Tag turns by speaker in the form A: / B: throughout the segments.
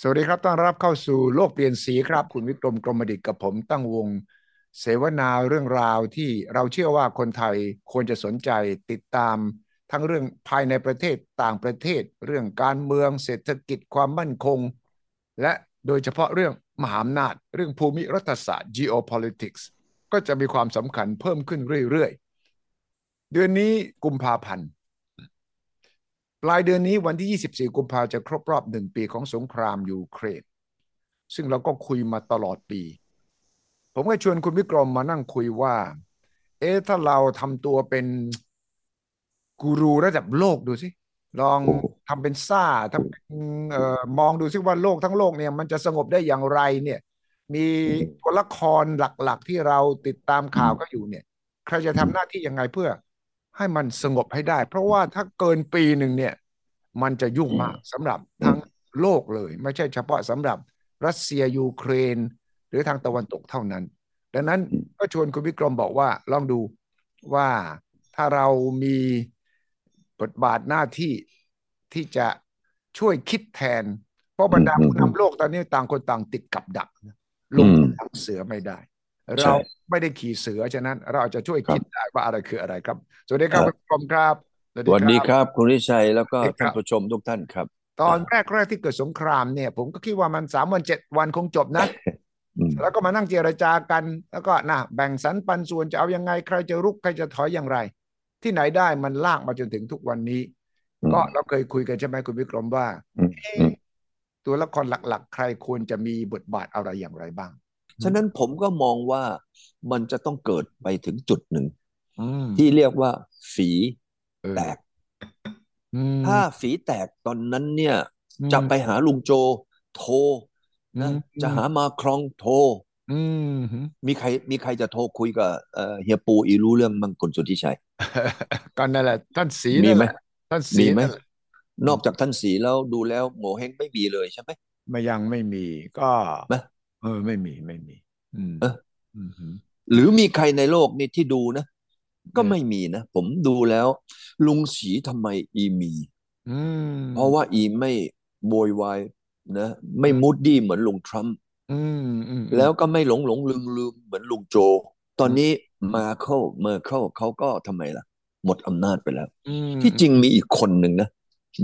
A: สวัสดีครับ ต้อนรับเข้าสู่โลกเปลี่ยนสีครับ คุณวิกรมกรมดิษฐ์กับผมตั้งวง เสวนาเรื่องราวที่เราเชื่อว่าคนไทยควรจะสนใจติดตามทั้งเรื่องภายในประเทศต่างประเทศ เรื่องการเมืองเศรษฐกิจความมั่นคง และโดยเฉพาะเรื่องมหาอำนาจ เรื่องภูมิรัฐศาสตร์ geopolitics ก็จะมีความสำคัญเพิ่มขึ้นเรื่อยๆ เดือนนี้กุมภาพันธ์ ปลายเดือนนี้วันที่ 24 กุมภาจะครบรอบหนึ่งปีของสงครามยูเครน ซึ่งเราก็คุยมาตลอดปี ผมก็ชวนคุณวิกรมมานั่งคุยว่า เอ๊ะถ้าเราทำตัวเป็นกูรูระดับโลกดูสิ ลองทำเป็นซ่าทำเป็นเอ่อมองดูสิว่าโลกทั้งโลกเนี่ยมันจะสงบได้อย่างไรเนี่ย มีตัวละครหลักๆ ที่เราติดตามข่าวก็อยู่เนี่ย ใครจะทำหน้าที่ยังไงเพื่อให้มันสงบให้ได้ เพราะว่าถ้าเกินปีหนึ่งเนี่ย มันจะยุ่งมากสำหรับทั้งโลกเลย ไม่ใช่เฉพาะสำหรับรัสเซียยูเครน หรือทางตะวันตกเท่านั้น ดังนั้นก็ชวนคุณวิกรมบอกว่าลองดูว่าถ้าเรามีบทบาทหน้าที่ที่จะช่วยคิดแทน เพราะบรรดาผู้นำโลกตอนนี้ต่างคนต่างติดกับดักนะลง
B: อืม
A: ทางเสือไม่ได้
B: ใช่
A: เราไม่ได้ขี่เสือฉะนั้น เราอาจจะช่วย
B: ครับ
A: คิดได้ว่าอะไรคืออะไรครับ สวัสดีครับ
B: ครั
A: คุณ
B: บ
A: กรมครับ
B: สวัสดี
A: ค
B: ครับ รับ คุณวิชัยแล้วก็
A: สวัสดีครับ
B: ท่านผู้ชมทุกท่านครับ
A: ตอนแรกแรกๆที่เกิดสงครามเนี่ย ผมก็คิดว่ามันสามวันเจ็ดวันคงจบนะ
B: อืม
A: แล้วก็มานั่งเจรจากัน แล้วก็นะแบ่งสรรปันส่วนจะเอายังไง ใครจะรุก ใครจะถอยอย่างไร ที่ไหนได้มันลากมาจนถึงทุกวันนี้
B: อืม
A: ก็เราเคยคุยกันใช่ไหมคุณวิกรมว่า
B: อืม
A: เอ๊ะ
B: อืม
A: ตัวละครหลัก ๆ ใครควรจะมีบทบาทอะไรอย่างไรบ้าง
B: ฉะนั้นผมก็มองว่ามันจะต้องเกิดไปถึงจุดหนึ่ง
A: อืม
B: ที่เรียกว่าฝี
A: เออ
B: แตก
A: อืม
B: ถ้าฝีแตกตอนนั้นเนี่ย
A: อืม
B: จะไปหาลุงโจโทร
A: อื
B: นะ
A: ม
B: จะหามาครองโทร
A: อืมอืม
B: มีใครมีใครจะโทรคุยกับเอ่อเฮียปูอีรู้เรื่องมังคุณสุทธิชัย
A: ก็นั่นแหละท่านสี
B: มี
A: นั่น
B: ไห
A: แห
B: ม
A: ละท่านสี
B: มีไหม
A: นั่นแหละ
B: นอกจากท่านสีแล้วดูแล้วโงเห้งไม่มีเลยใช่ไหม
A: ไม่ยังไม่มี ก็
B: นะ
A: เออไม่มีไม่มี อืมอืมฮึ
B: หรือมีใครในโลกนี่ที่ดูนะ ก็ไม่มีนะ ผมดูแล้ว ลุงสีทำไมอีมี
A: อืม
B: เพราะว่าอีไม่โวยวายนะ ไม่มูดดี้เหมือนลุงทรัมป์
A: อืมอืมอืม
B: แล้วก็ไม่หลงหลงลืมลืมเหมือนลุงโจ ตอนนี้มาเคิลเมอร์เคิลเขาก็ทำไมล่ะ หมดอำนาจไปแล้ว
A: อืม
B: ที่จริงมีอีกคนหนึ่งนะ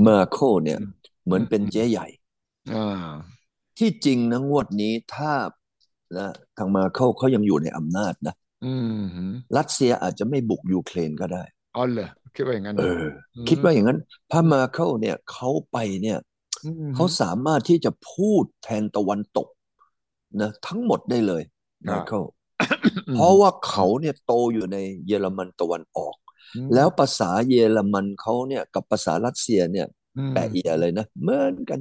B: เมอร์เคิลเนี่ย เหมือนเป็นเจ๊ใหญ่
A: อ่า
B: ที่จริงนะงวดนี้ถ้านะทางเมอร์เคิลเขายังอยู่ในอำนาจนะ
A: อืมฮึ
B: รัสเซียอาจจะไม่บุกยูเครนก็ได้
A: อ๋อเหรอคิดว่าอย่างนั้น
B: เอ
A: เหรอ
B: อ
A: อื
B: คิด
A: ม
B: ว่าอย่างนั้นพระมาเคิลเนี่ยเขาไปเนี่ย
A: อืมฮึ
B: เขาสามารถที่จะพูดแทนตะวันตกนะทั้งหมดได้เลย
A: ครั
B: มา
A: บ
B: เคิล
A: อืม
B: เพราะว่าเขาเนี่ยโตอยู่ในเยอรมันตะวันออก
A: อืม
B: แล้วภาษาเยอรมันเขาเนี่ยกับภาษารัสเซียเนี่ย
A: อืม
B: แปะเอียเลยนะเหมือนกัน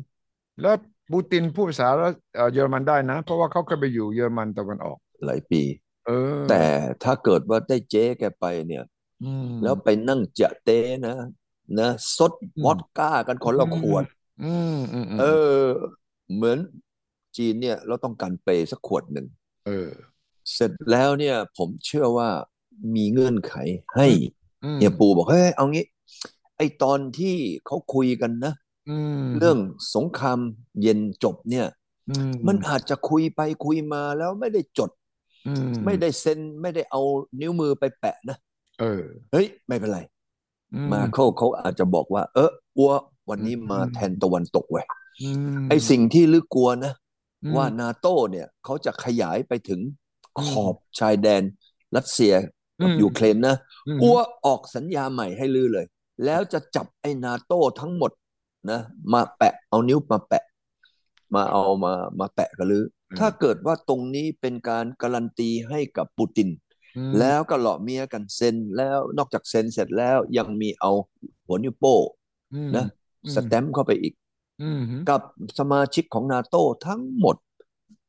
A: แล้วปูตินพูดภาษาเอ่อเยอรมันได้นะ เพราะว่าเขาเคยไปอยู่เยอรมันตะวันออก
B: หลายปี
A: เออ
B: แต่ถ้าเกิดว่าได้เจ๊แกไปเนี่ย
A: อืม
B: แล้วไปนั่งจะเต้นะ นะซด
A: อื
B: ว
A: ม
B: อดก้ากันคนละขวด
A: อืมอืมอืม
B: เออ เหมือนจีนเนี่ยเราต้องการเปย์สักขวดหนึ่ง
A: เออ
B: เสร็จแล้วเนี่ยผมเชื่อว่ามีเงื่อนไขให้
A: อืม
B: เฮียปูบอกเฮ้ยเอางี้ ไอตอนที่เขาคุยกันนะ
A: อืม
B: เรื่องสงครามเย็นจบเนี่ย
A: อืม
B: มันอาจจะคุยไปคุยมาแล้วไม่ได้จด
A: อืม
B: ไม่ได้เซ็น ไม่ได้เอานิ้วมือไปแปะนะ
A: เออ
B: เฮ้ย ไม่เป็นไร
A: อืม
B: มาเขาเขาอาจจะบอกว่า เอออัววันนี้มาแทนตะวันตกเว้ย
A: อืม
B: ไอ้สิ่งที่ลึกกลัวนะ
A: อืม
B: ว่านาโต้เนี่ยเขาจะขยายไปถึง
A: อื
B: ข
A: ม
B: อบชายแดนรัสเซีย
A: อื
B: กับ
A: ม
B: ยูเครนนะ
A: อืม
B: อ้วออกสัญญาใหม่ให้ลือเลย แล้วจะจับไอ้นาโต้ทั้งหมดนะมาแปะเอานิ้วมาแปะ มาเอามามาแปะกันลือ
A: เออ
B: ถ้าเกิดว่าตรงนี้เป็นการการันตีให้กับปูติน
A: อืม
B: แล้วก็หล่อเมียกันเซ็นแล้วนอกจากเซ็นเสร็จแล้วยังมีเอาหัวนิ้วโป้ง
A: อืม
B: นะ
A: อื
B: ส
A: ม
B: แตมป์เข้าไปอีก
A: อืมอืม
B: กับสมาชิกของนาโตทั้งหมด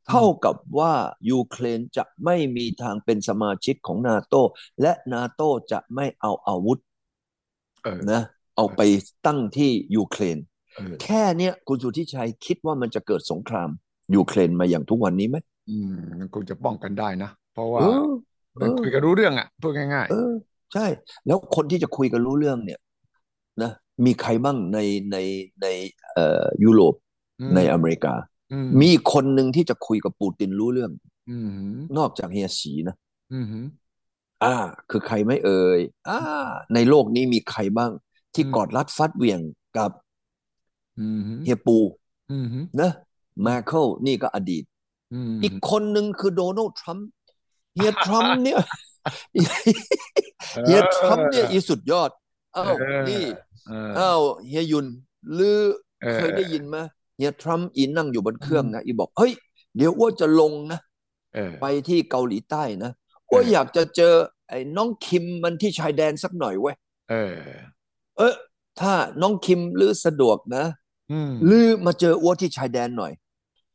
B: เท่ากับว่ายูเครนจะไม่มีทางเป็นสมาชิกของนาโตและนาโตจะไม่เอาอาวุธ
A: เออ
B: นะ เอาไปตั้งที่ยูเครน
A: เออ
B: แค่เนี้ยคุณสุทธิชัยคิดว่ามันจะเกิดสงครามยูเครนมาอย่างทุกวันนี้ไหม
A: อืมมันคงจะป้องกันได้นะ เพราะ
B: เอ
A: ว่า
B: อ เอ
A: มัน
B: อ
A: คุยกันรู้เรื่องอ่ะพูดง่าย
B: เออ ใช่ แล้วคนที่จะคุยกันรู้เรื่องเนี่ย นะ มีใครบ้างในในในเอ่อยุโรป
A: ๆอืม
B: ในอเมริกา
A: อืม
B: มีคนหนึ่งที่จะคุยกับปูตินรู้เรื่อง
A: อืมหืม
B: นอกจากเฮียสีนะ
A: อืมหืม
B: อ่า คือใครไม่เอ่ยอ่า ในโลกนี้มีใครบ้าง ที่
A: อืม
B: กอดรัดฟัดเหวี่ยงกับ
A: อืมหืม
B: เฮียปู
A: อืมหืม
B: นะมาเคิลนี่ก็อดีต
A: อืม
B: อีกคนหนึ่งคือโดนัลด์ทรัมป์เฮีย ทรัมป์เนี่ย เฮียทรัมป์เนี่ยอีสุดยอด เอ้านี่
A: เออ
B: เอ้าเฮียยุนหรือ
A: เออ
B: เคยได้ยินไหมเฮียทรัมป์อีนั่งอยู่บนเครื่อง
A: อืม
B: นะอีบอกเฮ้ยเดี๋ยวอ้วนจะลงนะ
A: เออ
B: ไปที่เกาหลีใต้นะอ้วนอยากจะเจอไอ้น้องคิมมันที่ชายแดนสักหน่อยเว้ย
A: เออ
B: เออถ้าน้องคิมหรือสะดวกนะ
A: อืม
B: หรือมาเจออ้วนที่ชายแดนหน่อย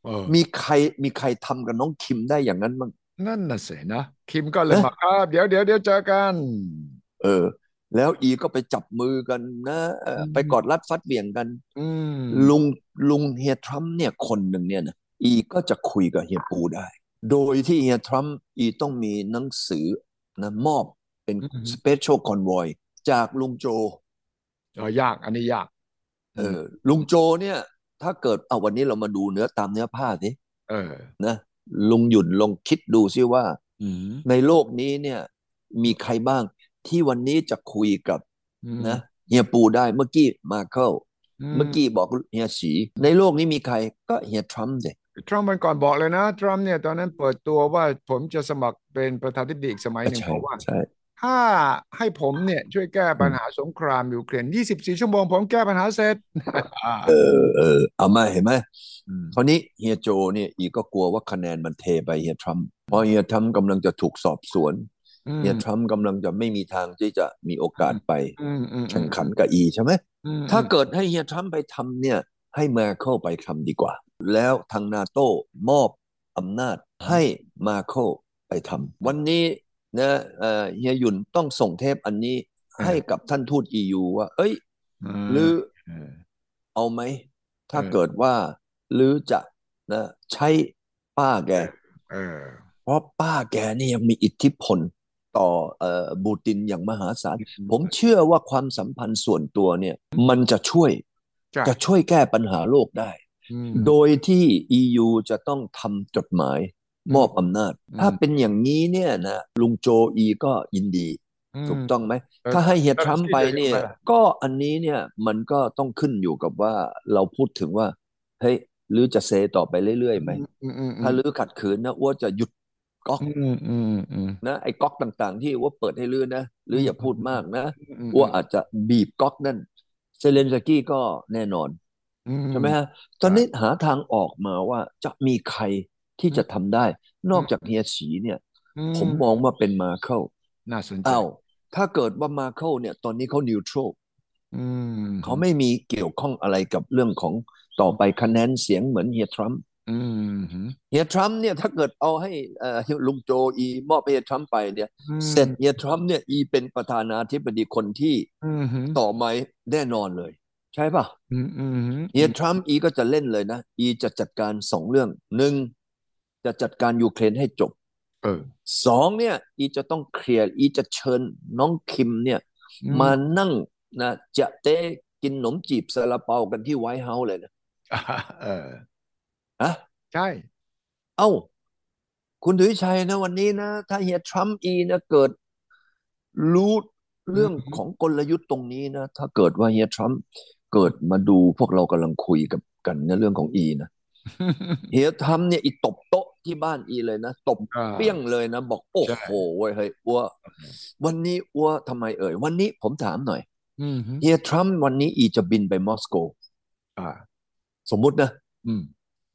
A: เออ
B: มีใครมีใครทำกับน้องคิมได้อย่างนั้นบ้าง
A: นั่นน่ะสินะคิมก็เลย
B: เอ๊ะ
A: มาครับเดี๋ยวเดี๋ยวเดี๋ยวเจอกัน
B: เออ แล้วอีก็ไปจับมือกันนะเออ
A: อืม
B: ไปกอดรัดฟัดเหวี่ยงกัน
A: อืม
B: ลุงลุงเฮียทรัมป์เนี่ยคนหนึ่งเนี่ยนะอีก็จะคุยกับเฮียปูได้ โดยที่เฮียทรัมป์อีต้องมีหนังสือนะมอบเป็น
A: อืม
B: สเปเชียลคอนวอยจากลุงโจ
A: เออยากอันนี้ยาก
B: เออลุงโจเนี่ย ถ้าเกิดเอาวันนี้เรามาดูเนื้อตามเนื้อผ้าสิ
A: เออ
B: นะลุงหยุ่นลองคิดดูซิว่า
A: อืม
B: ในโลกนี้เนี่ยมีใครบ้างที่วันนี้จะคุยกับ
A: อืม
B: นะเฮียปูได้เมื่อกี้มาเคิลเมื่อกี้บอกเฮียสีในโลกนี้มีใครก็เฮียทรัมป์สิ
A: ทรัมป์มันก่อนบอกเลยนะ ทรัมป์เนี่ยตอนนั้นเปิดตัวว่าผมจะสมัครเป็นประธานาธิบดีอีกสมัยหนึ่ง
B: ใช่
A: เพราะว่า
B: ใช่
A: ถ้าให้ผมเนี่ยช่วยแก้ปัญหาสงครามยูเครน24 ชั่วโมงผมแก้ปัญหาเสร็จ อ่า
B: เออเออเอามาเห็นไหม
A: ม
B: คราวนี้เฮียโจเนี่ยอีกก็กลัวว่าคะแนนมันเทไปเฮียทรัมป์เพราะเฮียทรัมป์กำลังจะถูกสอบสวน
A: อืม
B: เฮียทรัมป์กำลังจะไม่มีทางที่จะมีโอกาสไป
A: อืมอืม
B: แข่งขันกับอีใช่ไหม
A: อืม
B: ถ้าเกิดให้เฮียทรัมป์ไปทำเนี่ย ให้มาเคิลไปทำดีกว่า แล้วทางนาโต้มอบอำนาจให้มาเคิลไปทำวันนี้นะเอ่อเฮียหยุนต้องส่งเทปอันนี้ให้กับท่านทูตยูว่า เอ้ย
A: ม
B: หรือ
A: เออ
B: เอาไหม ถ้า
A: เออ
B: เกิดว่าหรือจะนะใช้ป้าแก
A: เออ
B: เพราะป้าแกนี่ยังมีอิทธิพลต่อเอ่อบูตินอย่างมหาศาล ผมเชื่อว่าความสัมพันธ์ส่วนตัวเนี่ย มันจะช่วย
A: จ้ะ
B: จะช่วยแก้ปัญหาโลกได้
A: อืม
B: โดยที่ EU จะต้องทำจดหมายมอบอำนาจ
A: อืม
B: ถ้าเป็นอย่างนี้เนี่ยนะลุงโจอีก็ยินดี
A: ม
B: ถูกต้องไหม
A: เออ
B: ถ้าให้เฮียทรัมป์ไป
A: เออ
B: เนี่ย
A: ใช่เลย
B: ก็อันนี้เนี่ยมันก็ต้องขึ้นอยู่กับว่าเราพูดถึงว่า เฮ้ยหรือจะเซต่อไปเรื่อยๆไหม
A: อืมอืมอื
B: ถ้าม ลือขัดขืนนะอ้ว่าจะหยุดก๊อก
A: อืมอืมอืม
B: นะไอ้ก๊อกต่างๆ ที่อ้ว่าเปิดให้ลือนะลืออย่าพูดมากนะ
A: อืม
B: อ้ว่าอาจจะบีบก๊อกนั่นเซเลนสกี้ก็แน่นอน
A: อื
B: ใช่ไหมฮะ ตอนนี้หาทางออกมาว่าจะมีใครที่จะทำได้ นอกจากเฮียสีเนี่ย
A: อื
B: ผมมองว่าเป็นมาเคิล
A: น่าสนใจ
B: อ้าวถ้าเกิดว่ามาเคิลเนี่ย ตอนนี้เขานิวทร
A: อืม
B: เขาไม่มีเกี่ยวข้องอะไรกับเรื่องของต่อไปคะแนนเสียงเหมือนเฮียทรัมป์
A: อืมอืม
B: เฮียทรัมป์เนี่ยถ้าเกิดเอาให้เอ่อลุงโจอีมอบให้เฮียทรัมป์ไปเนี่ย
A: อืม
B: เสร็จเฮียทรัมป์เนี่ยอีเป็นประธานาธิบดีคนที่
A: อืมอืม
B: ต่อไม้แน่นอนเลย ใช่ป่ะ
A: อืมอืมอืม
B: เฮียทรัมป์อีก็จะเล่นเลยนะ อีจะจัดการสองเรื่องหนึ่งจะจัดการยูเครนให้จบ
A: เออ
B: สองเนี่ยอีจะต้องเคลียร์อีจะเชิญน้องคิมเนี่ย
A: อื
B: มานั่งนะจะเต้กินขนมจีบซาลาเปากันที่ไวท์เฮาส์เลยนะ
A: เออ
B: อะ
A: ใช่
B: เอ้า คุณถุยชัยนะวันนี้นะ ถ้าเฮียทรัมป์อีนะเกิดรู้เรื่องของกลยุทธ์ตรงนี้นะ ถ้าเกิดว่าเฮียทรัมป์เกิดมาดูพวกเรากำลังคุยกับกันในะเรื่องของอีนะเฮียทรัมป์เนี่ยอีตบโต๊ะที่บ้านอีเลยนะตบ
A: อ่า
B: เปี้ยงเลยนะ บอกโอ้
A: ใช่
B: โหเว้ยเฮ้ยอัววันนี้อัวทำไมเอ่ย วันนี้ผมถามหน่อย
A: อืมอืม
B: เฮียทรัมป์วันนี้อีจะบินไปมอสโก
A: อ่า
B: สมมุตินะ
A: อืม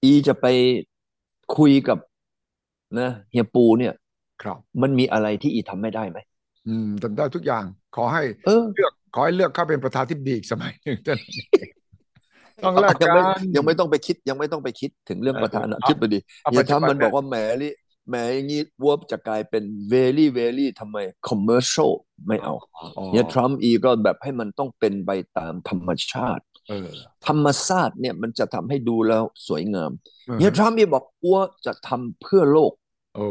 B: อีจะไปคุยกับนะเฮียปูเนี่ย
A: ครับ
B: มันมีอะไรที่อีทำไม่ได้ไหม
A: อืมทำได้ทุกอย่าง ขอให้
B: เออ
A: เลือกขอให้เลือกเข้าเป็นประธานที่ดีอีกสมัยหนึ่งเท่านั้นเองต้องแลก
B: ยั
A: กั
B: งไม่
A: น
B: ยังไม่ต้องไปคิด ยังไม่ต้องไปคิดถึงเรื่อง
A: เออ
B: ประธานาธิบดี
A: เอา
B: เฮีย
A: ปัจจุบัน
B: ทำมันบอกว่าแหมลิแหมอย่างนี้วัวจะกลายเป็น very very ทำไม commercial ไม่เอา
A: อ๋อ
B: เฮียทรัมป์อีก็แบบให้มันต้องเป็นไปตามธรรมชาติ
A: เออ
B: ธรรมชาติเนี่ยมันจะทำให้ดูแล้วสวยงาม
A: ออ
B: เฮียทรัมป์อีบอกวัวจะทำเพื่อโลก
A: โอ้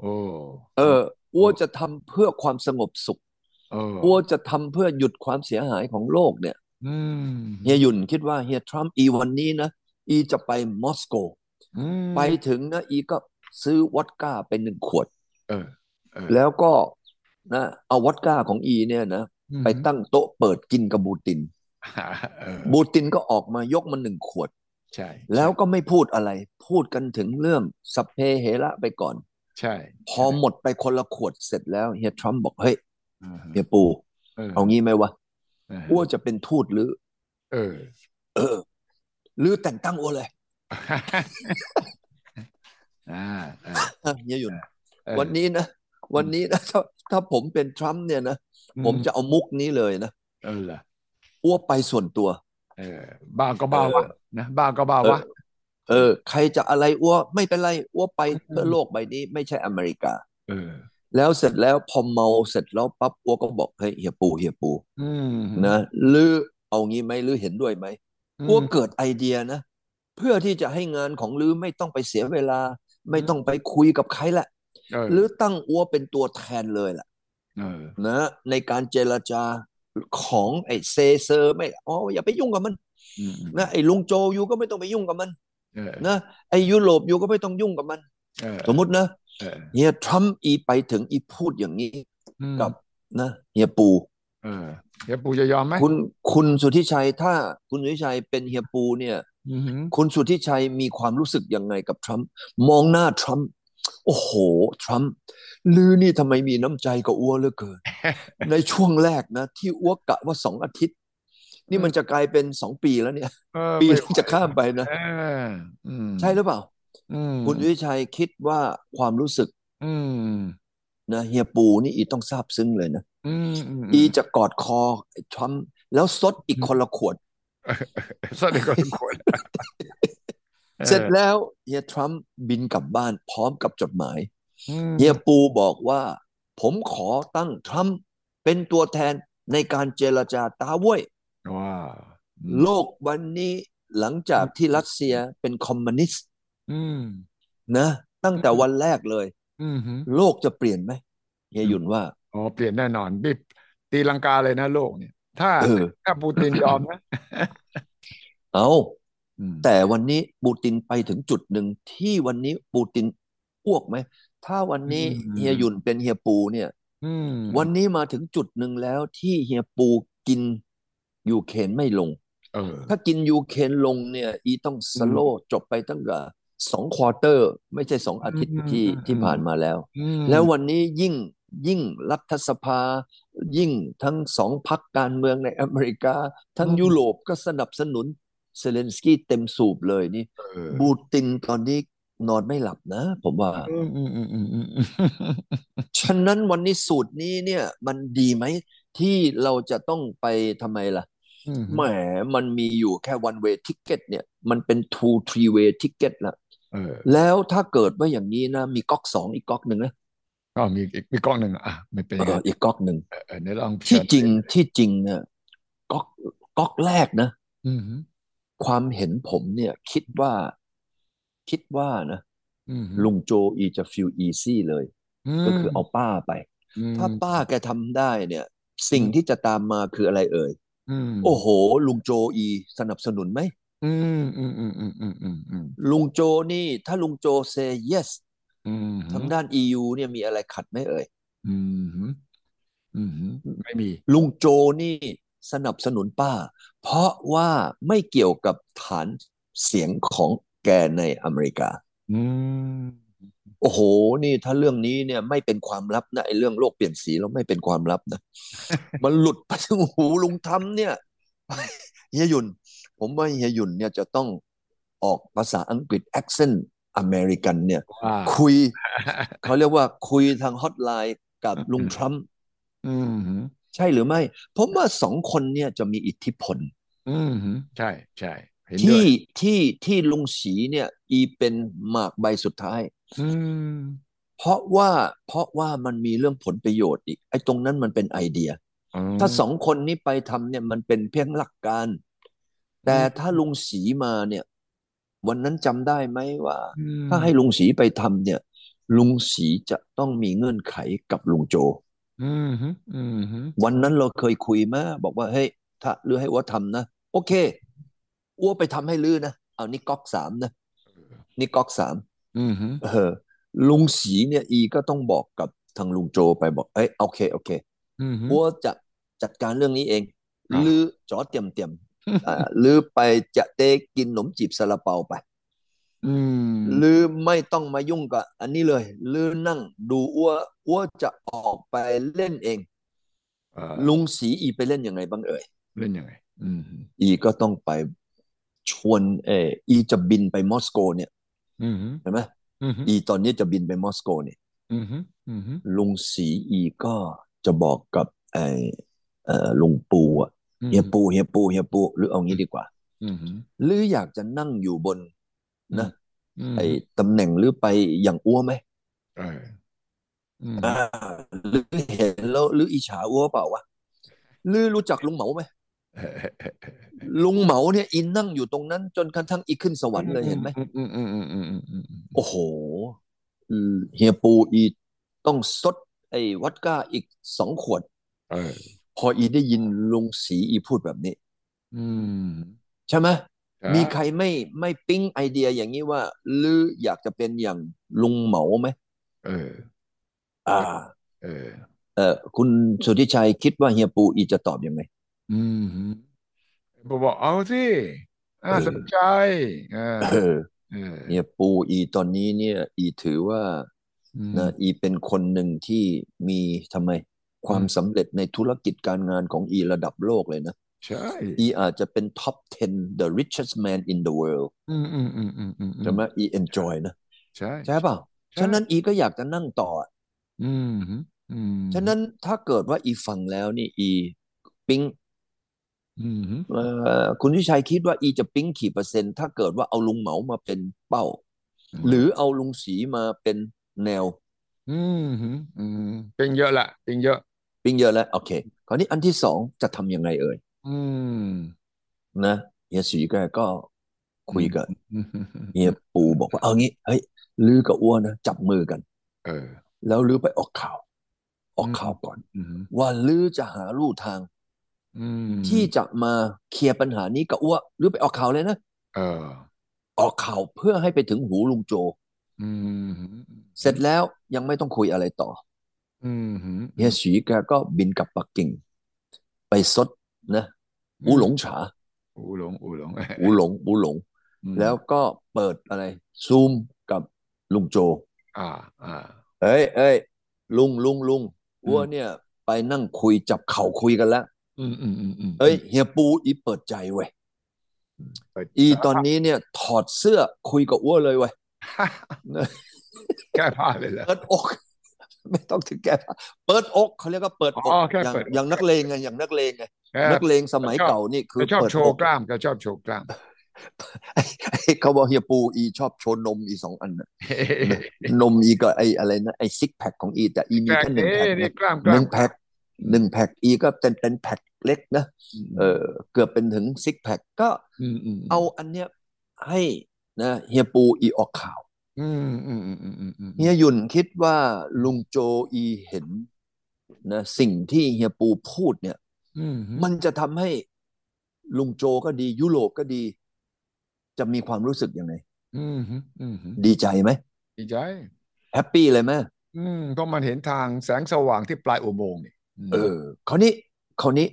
A: โอ้
B: เออวัวจะทำเพื่อความสงบสุข
A: เออ
B: วัวจะทำเพื่อหยุดความเสียหายของโลกเนี่ย
A: อืม
B: เฮียหยุ่นคิดว่าเฮียทรัมป์อีวันนี้นะ อ อีจะไปมอสโก
A: อืม
B: ไปถึงนะอีก็ซื้อวอดก้าเป็นหนึ่งขวด
A: เออเออ
B: แล้วก็นะเอาวอดก้าของอีเนี่ยนะ
A: อืม
B: ไปตั้งโต๊ะเปิดกินกับบูติน
A: À, เออ
B: บูตินก็ออกมายกมันหนึ่งขวด
A: ใช่
B: แล้วก็ไม่พูดอะไร พูดกันถึงเรื่องสัพเพเหระไปก่อน
A: ใช่
B: พอหมดไปคนละขวดเสร็จแล้วเฮียทรัมป์บอกเฮ้ย
A: อืม
B: เฮียปู
A: ờ,
B: เอางี้ไหมวะ
A: เออ
B: อ้วจะเป็นทูตหรือ
A: เออ
B: เออหรือแต่งตั้งอ้วเลย
A: อ่าเออ
B: เออเฮียหยุ่น
A: เออ
B: วันนี้นะวันนี้นะ ถ้าถ้าผมเป็นทรัมป์เนี่ยนะผมจะเอามุกนี้เลยนะ
A: เออเหรอ
B: อ้วไปส่วนตัว
A: เออบ้าก็บ้าวะนะบ้าก็บ้าวะ
B: เออ ใครจะอะไรอ้วไม่เป็นไรอ้วไป
A: อืม
B: เพื่อโลกใบนี้ ไม่ใช่อเมริกา
A: เออ
B: แล้วเสร็จแล้วพอเมาเสร็จแล้วปั๊บอ้วก็บอกเฮ้ยเฮียปูเฮียปู
A: อืม
B: นะหรือเอางี้ไหมหรือเห็นด้วยไหม
A: อืม
B: อ้วเกิดไอเดียนะ เพื่อที่จะให้งานของลือไม่ต้องไปเสียเวลา ไม่ต้องไปคุยกับใครละ
A: เออ
B: หรือตั้งอัวเป็นตัวแทนเลยล่ะ
A: เออ
B: นะในการเจรจาของไอ้เซเซอร์ไม่อ๋ออย่าไปยุ่งกับมัน
A: อืมอืม
B: นะไอ้ลุงโจอยู่ก็ไม่ต้องไปยุ่งกับมัน
A: เออ
B: นะไอ้ยุโรปอยู่ก็ไม่ต้องยุ่งกับมัน
A: เออ
B: สมมตินะ
A: เออ
B: เฮียทรัมป์อีไปถึงอีพูดอย่างนี้
A: อืม
B: กับนะเฮียปู
A: เออเฮียปูจะยอมไหม
B: คุณคุณสุทธิชัยถ้าคุณสุทธิชัยเป็นเฮียปูเนี่ย
A: อือหือ
B: คุณสุทธิชัยมีความรู้สึกยังไงกับทรัมป์มองหน้าทรัมป์โอ้โห ทรัมป์ลือนี่ทำไมมีน้ำใจกับอ้วเหลือ เกิน ในช่วงแรกนะ ที่อ้วกะว่าสองอาทิตย์ นี่มันจะกลายเป็นสองปีแล้วเนี่ย
A: เออ
B: ปี
A: ไม่
B: ที่จะข้ามไปนะ
A: เอออืม
B: ใช่หรือเปล่า
A: อืม
B: คุณสุทธิชัยคิดว่าความรู้สึก
A: อืม
B: นะเฮียปูนี่อีต้องซาบซึ้งเลยนะ
A: อืมอืม
B: อีจะกอดคอไอ้ทรัมป์แล้วซดอีกคนละขวด
A: สวัสดีครับทุกคน
B: เสร็จแล้วเฮียทรัมป์บินกลับบ้านพร้อมกับจดหมาย
A: อืม
B: เฮียปูบอกว่า ผมขอตั้งทรัมป์เป็นตัวแทนในการเจรจาตาเว้ย
A: ว้าวอืม
B: โลกวันนี้หลังจากที่รัสเซียเป็นคอมมิวนิสต์
A: อืม
B: นะ ตั้งแต่วันแรกเลย
A: อืมหือ
B: โลกจะเปลี่ยนไหมเฮียหยุนว่า
A: อ๋อเปลี่ยนแน่นอนบิบตีลังกาเลยนะโลกเนี่ย ถ้า
B: เออ
A: ถ้าปูตินยอมนะ
B: เอา
A: อืม
B: แต่วันนี้ปูตินไปถึงจุดหนึ่งที่วันนี้ปูตินอ้วกไหม ถ้าวันนี้เฮียหยุนเป็นเฮียปูเนี่ย
A: อืม
B: วันนี้มาถึงจุดหนึ่งแล้วที่เฮียปูกินยูเคนไม่ลง
A: เออ
B: ถ้ากินยูเคนลงเนี่ย อีต้องสโลว์จบไปตั้งแต่สองควอเตอร์ ไม่ใช่สองอาทิตย์
A: อืม
B: ที่
A: อืม
B: ที่ผ่านมาแล้ว
A: อืม
B: แล้ววันนี้ยิ่งยิ่งรัฐสภา ยิ่งทั้งสองพักการเมืองในอเมริกา ทั้งยุโรปก็สนับสนุนเซเลนสกี้เต็มสูบเลยนี่
A: เออ
B: บูตินตอนนี้นอนไม่หลับนะ ผมว่า
A: อืมอืมอืมอืมอืม
B: ฉะนั้นวันนี้สูตรนี้เนี่ย มันดีไหม ที่เราจะต้องไปทำไมล่ะ
A: อืม
B: แหมมันมีอยู่แค่ one way ticket เนี่ย มันเป็น two three way ticket ละ
A: เออ
B: แล้วถ้าเกิดว่าอย่างนี้นะ มีก๊อกสองอีกก๊อกหนึ่งนะ
A: ก็มีอีกมีกล้องหนึ่งอ่ะไม่เป็น
B: เอ
A: ไง
B: ออีกก๊อกหนึ่ง
A: เออในลอง
B: ที่
A: เชิญ
B: จริงที่จริงเนี่ยก๊อกก๊อกแรกนะ
A: อืม
B: ความเห็นผมเนี่ยคิดว่า คิดว่านะ
A: อืม
B: ลุงโจอีจะ feel easy เลย
A: ม
B: ก็คือเอาป้าไป
A: ม
B: ถ้าป้าแกทำได้เนี่ย สิ่งที่จะตามมาคืออะไรเอ่ย
A: อืม
B: โอ้โห ลุงโจอีสนับสนุนไหม
A: อืมอืมอืมอืมอืมอืมอืม
B: ลุงโจนี่ ถ้าลุงโจ say yes
A: อืม
B: ทางด้าน EU เนี่ยมีอะไรขัดไหมเอ่ย
A: อืมอืมไม่มี
B: ลุงโจนี่สนับสนุนป้า เพราะว่าไม่เกี่ยวกับฐานเสียงของแกในอเมริกา
A: อืม
B: โอ้โห นี่ถ้าเรื่องนี้เนี่ยไม่เป็นความลับนะไอ้เรื่องโลกเปลี่ยนสีแล้วไม่เป็นความลับ นะ มันหลุดไปถึงหูลุงทำเนี่ย เฮียหยุน ผมว่าเฮียหยุนเนี่ยจะต้องออกภาษาอังกฤษ accent อเมริกันเนี่ย
A: ว่า
B: คุย เขาเรียกว่าคุยทางฮอตไลน์กับลุงทรัมป์
A: อืม
B: ใช่หรือไม่ ผมว่าสองคนเนี่ยจะมีอิทธิพล
A: อืมใช่ใช่เห็นด้วย
B: ที่ที่ที่ลุงสีเนี่ย อีเป็นหมากใบสุดท้าย
A: อืม
B: เพราะว่าเพราะว่ามันมีเรื่องผลประโยชน์อีกไอ้ตรงนั้นมันเป็นไอเดีย
A: ờ.
B: ถ้าสองคนนี้ไปทำเนี่ยมันเป็นเพียงหลักการ แต่ถ้าลุงสีมาเนี่ย วันนั้นจำได้ไหมว่า ถ้าให้ลุงสีไปทำเนี่ย ลุงสีจะต้องมีเงื่อนไขกับลุงโจ
A: อืมอืม
B: วันนั้นเราเคยคุยมาบอกว่าเฮ้ยถ้าลือให้อ้วทำนะ โอเคอ้วไปทำให้ลือนะ เอานี่ก๊อกสามนะนี่ก๊อกสาม
A: อืมฮึ
B: เออ ลุงสีเนี่ยอีก็ต้องบอกกับทางลุงโจไปบอก เอ้ยโอเคโอเค
A: อืมฮึ
B: อัวจะจัดการเรื่องนี้เอง
A: ครับ
B: ลือจอเตรียม เตรียมอ่าลือไปจะเตกินขนมจีบซาลาเปาไป
A: อืม
B: ลือไม่ต้องมายุ่งกับอันนี้เลย ลือนั่งดูอ้วอ้วจะออกไปเล่นเอง
A: เอ่อ
B: ลุงสีอีไปเล่นยังไงบ้างเอ่ย
A: เล่นยังไง อืมฮึ
B: อีก็ต้องไปชวนเอออีจะบินไปมอสโกเนี่ย
A: อืมฮึ
B: เห็นไหม
A: อืมฮึ
B: อีตอนนี้จะบินไปมอสโกเนี่ย
A: อืมฮึอืมฮึ
B: ลุงสีอีก็จะบอกกับไอเออลุงปูอะ
A: อืม
B: เฮียปูเฮียปูเฮียปูหรือเอางี้ดีกว่า
A: อืมฮึ
B: หรืออยากจะนั่งอยู่บนนะ
A: อืม
B: ไอตำแหน่งหรือไปอย่างอ้วไหม
A: เอออืม
B: อ่าหรือเห็นแล้วหรืออิจฉาอ้วเปล่าวะหรือรู้จักลุงเหมาไหม
A: เออเออเออ
B: ลุงเหมาเนี่ยอินนั่งอยู่ตรงนั้น จนกระทั่งอีขึ้นสวรรค์เลยเห็นไหม
A: อืมอืมอืมอืมอืมอืมอืมอืม
B: โอ้โหอืมเฮียปูอีต้องซดไอ้วอดก้าอีกสองขวด
A: เออ
B: พออีได้ยินลุงสีอีพูดแบบนี้
A: อืม
B: ใช่ไหม
A: ใช่
B: มีใครไม่ไม่ปิ๊งไอเดียอย่างนี้ว่าหรืออยากจะเป็นอย่างลุงเหมาไหม
A: เออ
B: อ่า
A: เออ
B: เออคุณสุทธิชัยคิดว่าเฮียปูอีจะตอบยังไง
A: อืมฮึผมบอกเอาสิอ่า
B: เออ
A: สนใจเออ
B: เออ
A: เออ
B: เฮียปูอีตอนนี้เนี่ย อีถือว่า
A: อืม
B: นะอีเป็นคนหนึ่งที่มีทำไม ความสำเร็จในธุรกิจการงานของอีระดับโลกเลยนะ
A: ใช่
B: อีอาจจะเป็น top 10 the richest man in the world
A: อืมอืมอืมอืมอืมอืม
B: ใช่ไหมอี enjoy นะ
A: ใช่
B: ใช่เปล่า
A: ใช่
B: ฉะนั้นอีก็อยากจะนั่งต่อ
A: อืมฮึอืม
B: ฉะนั้นถ้าเกิดว่าอีฟังแล้วนี่อีปิ๊ง
A: อืมฮึ
B: เอ่อคุณวิชัยคิดว่าอีจะปิ๊งกี่เปอร์เซ็นต์ ถ้าเกิดว่าเอาลุงเหมามาเป็นเป้า หรือเอาลุงสีมาเป็นแนว
A: อืมฮึอืมเป็นเยอะละเป็นเยอะ
B: ปิ๊งเยอะแล้ว โอเค คราวนี้อันที่สองจะทำยังไงเอ่ย
A: อืม
B: นะเฮียสีแกก็คุยกับ
A: อืมฮึ
B: เฮียปูบอกว่าเอางี้เฮ้ยลือกับอ้วนนะจับมือกัน
A: เออ
B: แล้วลือไปออกข่าว ออก
A: อืม
B: ข่าวก่อน
A: อืมฮึ
B: ว่าลือจะหาลู่ทาง
A: อืม
B: ที่จะมาเคลียร์ปัญหานี้กับอ้วลือไปออกข่าวเลยนะ
A: เออ
B: ออกข่าวเพื่อให้ไปถึงหูลุงโจ
A: อืมฮึ
B: เสร็จแล้วยังไม่ต้องคุยอะไรต่อ
A: อืมฮึ
B: เฮียฉีแกก็บินกลับปักกิ่ง ไปซดนะอูหลงฉา
A: อูหลงอูหลง
B: อูหลงอูหลง
A: อืม
B: แล้วก็เปิดอะไร ซูมกับลุงโจ
A: อ่า อ่า
B: เอ้ยเอ้ยลุงลุงลุง
A: อืม
B: อ้วเนี่ย ไปนั่งคุยจับเข่าคุยกันแล้ว
A: อืมอืมอืมอืม
B: เอ้ยเฮียปูอีเปิดใจเว้ย
A: เปิด
B: อีตอนนี้เนี่ยถอดเสื้อคุยกับอ้วนเลยเว้ย
A: แก้ผ้าเลยเหรอ
B: เปิดอก ไม่ต้องถึงแก้ผ้าเปิดอกเขาเรียกว่าเปิดอ
A: อ๋
B: ก
A: อแค่
B: อย่าง
A: เปิดอก
B: อย่างนักเลงไงอย่างนักเลงไง
A: แก้
B: นักเลงสมัยเก่านี่คือ
A: ก็ชอบ
B: เปิด
A: โช
B: อ
A: ว์
B: ก
A: กล้ามก็ชอบโชว์กล้าม
B: ไอ้ไอ้เขาบอกเฮียปูอีชอบโชว์นมอีสองอันน่ะนมอีก็ไออะไรนะไอซิกแพคของอีแต่อีมี
A: แปลก
B: แค่หนึ่
A: นี่นี่
B: งแพ็คนะ
A: กล้ามก
B: ห
A: ล้า
B: นึ่
A: ม
B: งแพ็คหนึ่งแพ็คอีก็เป็นเป็นแพ็คเล็กนะเออเกือบเป็นถึงซิกแพคก็
A: อืมอืม
B: เอาอันเนี้ยให้นะเฮียปูอีออกข่าว
A: อืมอืมอืมอืมอืมอืม
B: เฮียหยุ่นคิดว่าลุงโจอีเห็นนะสิ่งที่เฮียปูพูดเนี่ย
A: อืมอืม
B: มันจะทำให้ลุงโจก็ดี ยุโรปก็ดี จะมีความรู้สึกยังไง
A: อืมอืม
B: ดีใจไหม
A: ดีใจ
B: แฮปปี้เลยไหม
A: อืมเพราะมันเห็นทางแสงสว่างที่ปลายอุโมงค์นี่ม
B: เออคราวนี้คราวนี้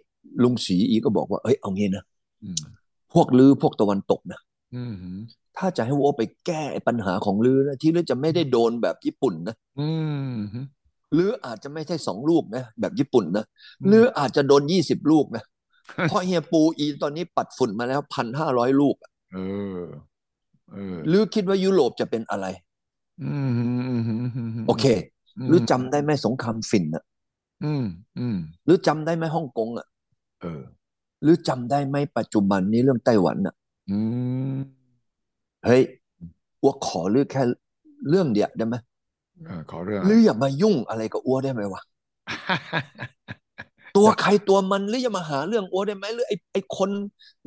B: ลุงศรีอีก็บอกว่าเอ้ยเอางี้นะ
A: อืม
B: พวกลือพวกตะวันตกนะ
A: อืม
B: ถ้าจะให้วัวไปแก้ไอ้ปัญหาของลือนะที่ลือจะไม่ได้โดนแบบญี่ปุ่นนะ
A: อืม
B: ลืออาจจะไม่ใช่สองลูกนะแบบญี่ปุ่นนะลืออาจจะโดนยี่สิบลูกนะ เพราะเฮียปูอีตอนนี้ปัดฝุ่นมาแล้วพันห้าร้อยลูกอะ
A: เออเออ
B: หรือคิดว่ายุโรปจะเป็นอะไร
A: อืมอืมอืมอืม
B: โอเค หรือจำได้ไหมสงครามฝิ่นอะ
A: อืมอืม
B: หรือจำได้ไหมฮ่องกงอะ
A: เออ
B: หรือจำได้ไหมปัจจุบันนี้เรื่องไต้หวันอะ
A: อืม
B: เฮ้ยอ้วขอเลือกแค่เรื่องเดียวได้ไหม
A: เออขอเรื่อง
B: หรืออย่ามายุ่งอะไรกับอ้วได้ไหมวะตัวใครตัวมันหรืออย่ามาหาเรื่องอ้วได้ไหมหรือไอ้ไอ้คน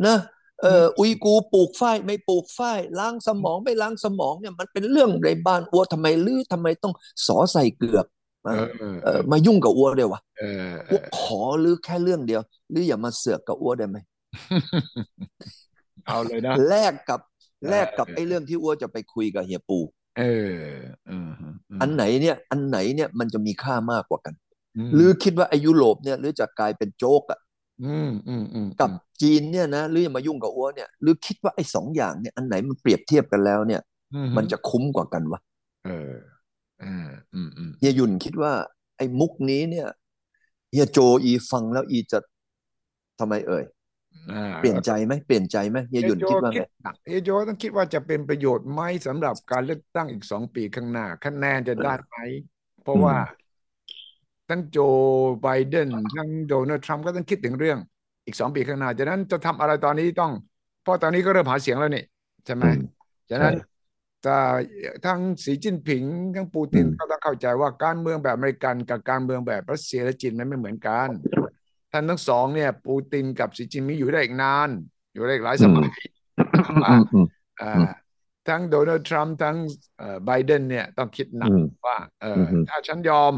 B: นะเอออุยกูปลูกฝ้ายไม่ปลูกฝ้ายล้างสมองไม่ล้างสมองเนี่ยมันเป็นเรื่องในบ้านอ้วทำไมหรือทำไมต้องสอใส่เกือกนะ
A: เออเออ
B: เออมายุ่งกับอ้วเดียววะ
A: เออเอ
B: อ้ว
A: อ
B: ขอหรือแค่เรื่องเดียว หรืออย่ามาเสือกกับอ้วได้ไหม
A: เอาเลยนะ
B: แลกกับ แลกกับไอ้เรื่องที่อ้วจะไปคุยกับเฮียปู
A: เออเออฮะม
B: อันไหนเนี่ย อันไหนเนี่ยมันจะมีค่ามากกว่ากัน
A: ม
B: หรือคิดว่าไอ้ยุโรปเนี่ยหรือจะกลายเป็นโจ๊กอะ
A: อืมอืมอืม
B: กับจีนเนี่ยนะหรือจะมายุ่งกับอ้วเนี่ยหรือคิดว่าไอ้สองอย่างเนี่ยอันไหนมันเปรียบเทียบกันแล้วเนี่ย
A: อื
B: มันจะคุ้มกว่ากันวะ
A: เอออ่าอืมอืม
B: เฮียหยุนคิดว่า ไอ้มุกนี้เนี่ยเฮียโจอีฟังแล้วอีจะทำไมเอ่ย
A: อ่า
B: เปลี่ยนใจไหมเปลี่ยนใจไหมเฮียหยุนคิดว่าไง
A: เอโจต้องคิดว่าจะเป็นประโยชน์ไหมสำหรับการเลือกตั้งอีกสองปีข้างหน้า คะแนนจะได้ไหม เพราะว่าทั้งโจไบเดนทั้งโดนัลด์ทรัมป์ก็ต้องคิดถึงเรื่องอีกสองปีข้างหน้าฉะนั้นจะทำอะไรตอนนี้ต้อง เพราะตอนนี้ก็เริ่มหาเสียงแล้วนี่ใช่ไหม
B: อืม
A: ฉะนั้น
B: ใช่
A: แต่ทั้งสีจิ้นผิง ทั้งปูติน
B: อืม
A: ก็ต้องเข้าใจว่าการเมืองแบบอเมริกันกับการเมืองแบบรัสเซียและจีนมันไม่เหมือนกัน ท่านทั้งสองเนี่ย ปูตินกับสีจิ้นผิงอยู่ได้อีกนาน อยู่ได้อีกหลายสมัย
B: อืมอืมอืม
A: อ่า
B: อืม
A: ทั้งโดนัลด์ทรัมป์ทั้งไบเดนเนี่ยต้องคิดหนัก
B: อืม
A: ว่าเอออ
B: อฮึ
A: ถ้าฉันยอม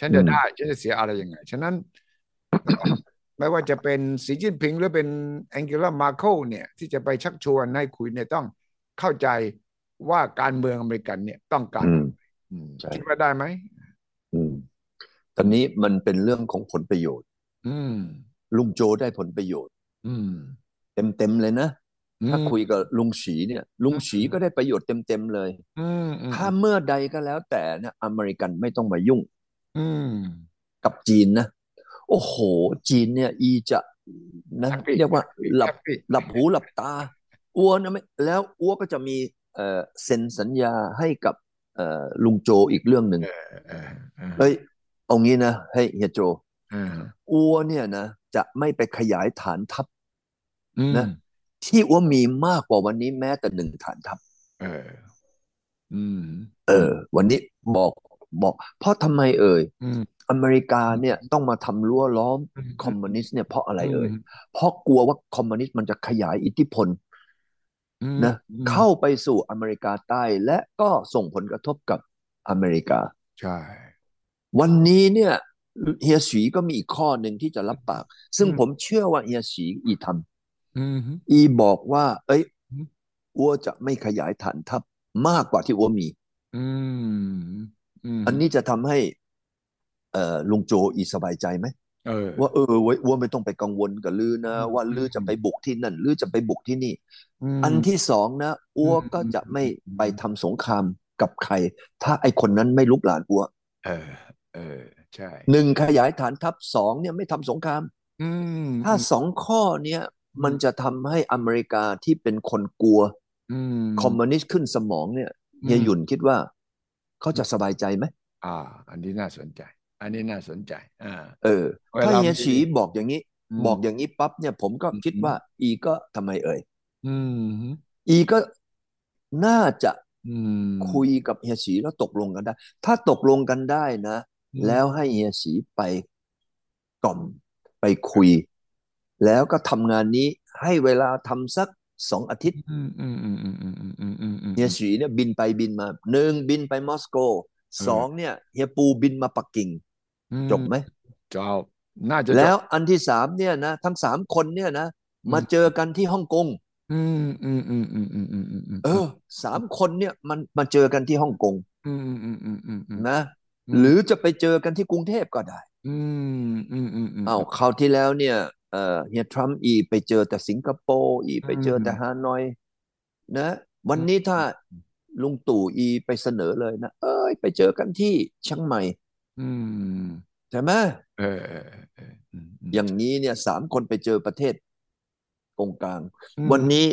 A: ฉันจะได้ ฉันจะเสียอะไรยังไง ฉะนั้น ไม่ว่าจะเป็นสีจิ้นผิงหรือเป็นแองเกลามาโคเนี่ย ที่จะไปชักชวนให้คุยเนี่ยต้องเข้าใจว่าการเมืองอเมริกันเนี่ยต้องการ
B: อืม
A: อืม
B: ใช่
A: คิดว่าได้ไหม
B: อืมตอนนี้มันเป็นเรื่องของผลประโยชน์
A: อืม
B: ลุงโจได้ผลประโยชน์
A: อืม
B: เต็มๆเลยนะ ถ้า
A: อืม
B: คุยกับลุงฉีเนี่ย ลุงฉีก็ได้ประโยชน์เต็มๆเลย
A: อืมอืม
B: ถ้าเมื่อใดก็แล้วแต่เนี่ยอเมริกันไม่ต้องมายุ่ง
A: อืม
B: กับจีนนะ โอ้โห จีนเนี่ย อีจะนะ
A: แฮปปี้
B: เรียกว่าหลับ
A: แฮปปี้
B: หลับหูหลับตาอ้วนะไม่แล้วอ้วก็จะมีเอ่อเซ็นสัญญาให้กับเอ่อลุงโจอีกเรื่องหนึ่ง
A: เออเออ
B: เฮ้ยเอางี้นะเฮ้ยเฮียโจ
A: เออ
B: อัวเนี่ยนะจะไม่ไปขยายฐานทัพ
A: อืม
B: นะ ที่อัวมีมากกว่าวันนี้แม้แต่หนึ่งฐานทัพ
A: เออ อืม
B: เออ วันนี้บอกบอก เพราะทำไมเอ่ย
A: อืม
B: อเมริกาเนี่ยต้องมาทำรั้วล้อม
A: อืม
B: คอมมิวนิสต์เนี่ยเพราะอะไรเอ่ย
A: อืม
B: เพราะกลัวว่าคอมมิวนิสต์มันจะขยายอิทธิพล
A: อืม
B: นะ
A: อืม
B: เข้าไปสู่อเมริกาใต้และก็ส่งผลกระทบกับอเมริกา
A: ใช่
B: วันนี้เนี่ยเฮียสีก็มีอีกข้อหนึ่งที่จะรับปาก ซึ่งผมเชื่อว่าเฮียสีอีทำ
A: อืม
B: อีบอกว่า เอ้ย
A: อืม
B: อัวจะไม่ขยายฐานทัพมากกว่าที่อัวมี
A: อืมอืม
B: อันนี้จะทำให้ เอ่อลุงโจอีสบายใจไหม
A: เออ
B: ว่าเออไว้อัวไม่ต้องไปกังวลกับลือนะ
A: อืม
B: ว่าลือจะไปบุกที่นั่นลือจะไปบุกที่นี่
A: ม
B: อันที่สองนะอัว
A: อืม
B: ก็จะไม่
A: อืม
B: ไปทำสงครามกับใคร ถ้าไอคนนั้นไม่ลุกหลานอัว
A: เออ เออ ใช่
B: หนึ่งขยายฐานทัพสองเนี่ยไม่ทำสงคราม
A: อืม
B: ถ้าสองข้อเนี้ยมันจะทำให้อเมริกาที่เป็นคนกลัว
A: อืม
B: คอมมิวนิสต์ขึ้นสมองเนี่ย
A: อืม
B: เฮียหยุนคิดว่า เขาจะสบายใจไหม
A: อ่า อันนี้น่าสนใจ อันนี้น่าสนใจ อ่า
B: เออ
A: เวลา
B: ถ้าเฮีย
A: มี
B: ฉีบอกอย่างนี้
A: อืม
B: บอกอย่างนี้ปั๊บเนี่ย ผมก็
A: อืม
B: คิดว่า อีก็ทำไมเอ่ย
A: อืม
B: อีก็น่าจะ
A: อืม
B: คุยกับเฮียฉีแล้วตกลงกันได้ ถ้าตกลงกันได้นะ
A: อืม
B: แล้วให้เฮียฉีไปกล่อมไปคุย แล้วก็ทำงานนี้ให้เวลาทำสักสองอาทิตย์
A: อืมอืมอืมอืมอืมอืมอืมอืมอืม
B: เฮียฉีเนี่ยบินไปบินมาหนึ่งบินไปมอสโกสองเนี่ยเฮียปูบินมาปักกิ่ง
A: อืม
B: จบไหม
A: จบน่าจะจบ
B: แล้วอันที่สามเนี่ยนะทั้งสามคนเนี่ยนะ มาเจอกันที่ฮ่องกง
A: อืมอืมอืมอืมอืมอืมอืมอืม
B: เออสามคนเนี่ยมันมาเจอกันที่ฮ่องกง
A: อืมอืมอืมอืมอืม
B: นะ
A: อืม
B: หรือจะไปเจอกันที่กรุงเทพก็ได้
A: อืมอืมอืมอืม
B: เอาคราวที่แล้วเนี่ยเอ่อเฮียทรัมป์อีไปเจอแต่สิงคโปร์อีไปเจอแต่ฮานอยนะ วันนี้ถ้าลุงตู่อีไปเสนอเลยนะเอ้ยไปเจอกันที่เชียงใหม่
A: อืม
B: ใช่ไหม
A: เออเออเออเอออ
B: อย่างนี้เนี่ยสามคนไปเจอประเทศตรงกลาง
A: อืม
B: วันนี้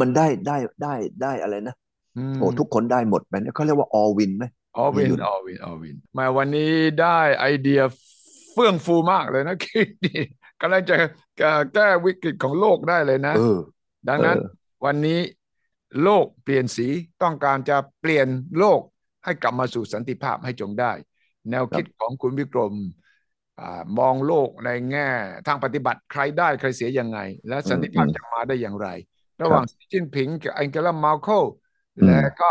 B: มันได้ได้ได้ได้อะไรนะ
A: อืม
B: โอ้ทุกคนได้หมดไหมเขาเรียกว่า all win ไหม
A: ออวิ
B: ไม่ห
A: น
B: ยุด
A: ออวินออวินแหมาวันนี้ได้ไอเดียเฟื่องฟูมากเลยนะ คิดดีกำลังจะแก้แก้วิกฤตของโลกได้เลยนะ
B: เออ
A: ดังนั้น
B: เออ
A: วันนี้โลกเปลี่ยนสีต้องการจะเปลี่ยนโลกให้กลับมาสู่สันติภาพให้จงได้ แนวคิดของคุณวิกรมอามองโลกในแง่ ทางปฏิบัติใครได้ใครเสียยังไง และสันติภาพ
B: อืม
A: จะมาได้อย่างไร ระหว่างสีจิ้นผิงกับแองเกลามาโคล
B: อืม
A: และก็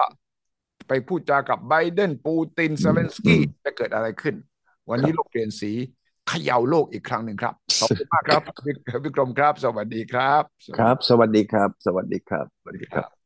A: ไปพูดจากับไบเดนปูติน
B: อืม
A: เซเลนสกี้
B: อืม
A: จะเกิดอะไรขึ้น วันนี้โลกเปลี่ยนสีเขย่าโลกอีกครั้งหนึ่งครับขอบคุณมากครับวิกรมครับ สวัสดีครับ
B: ครับ สวัสดีครับ สวัสดีครับ
A: ครับ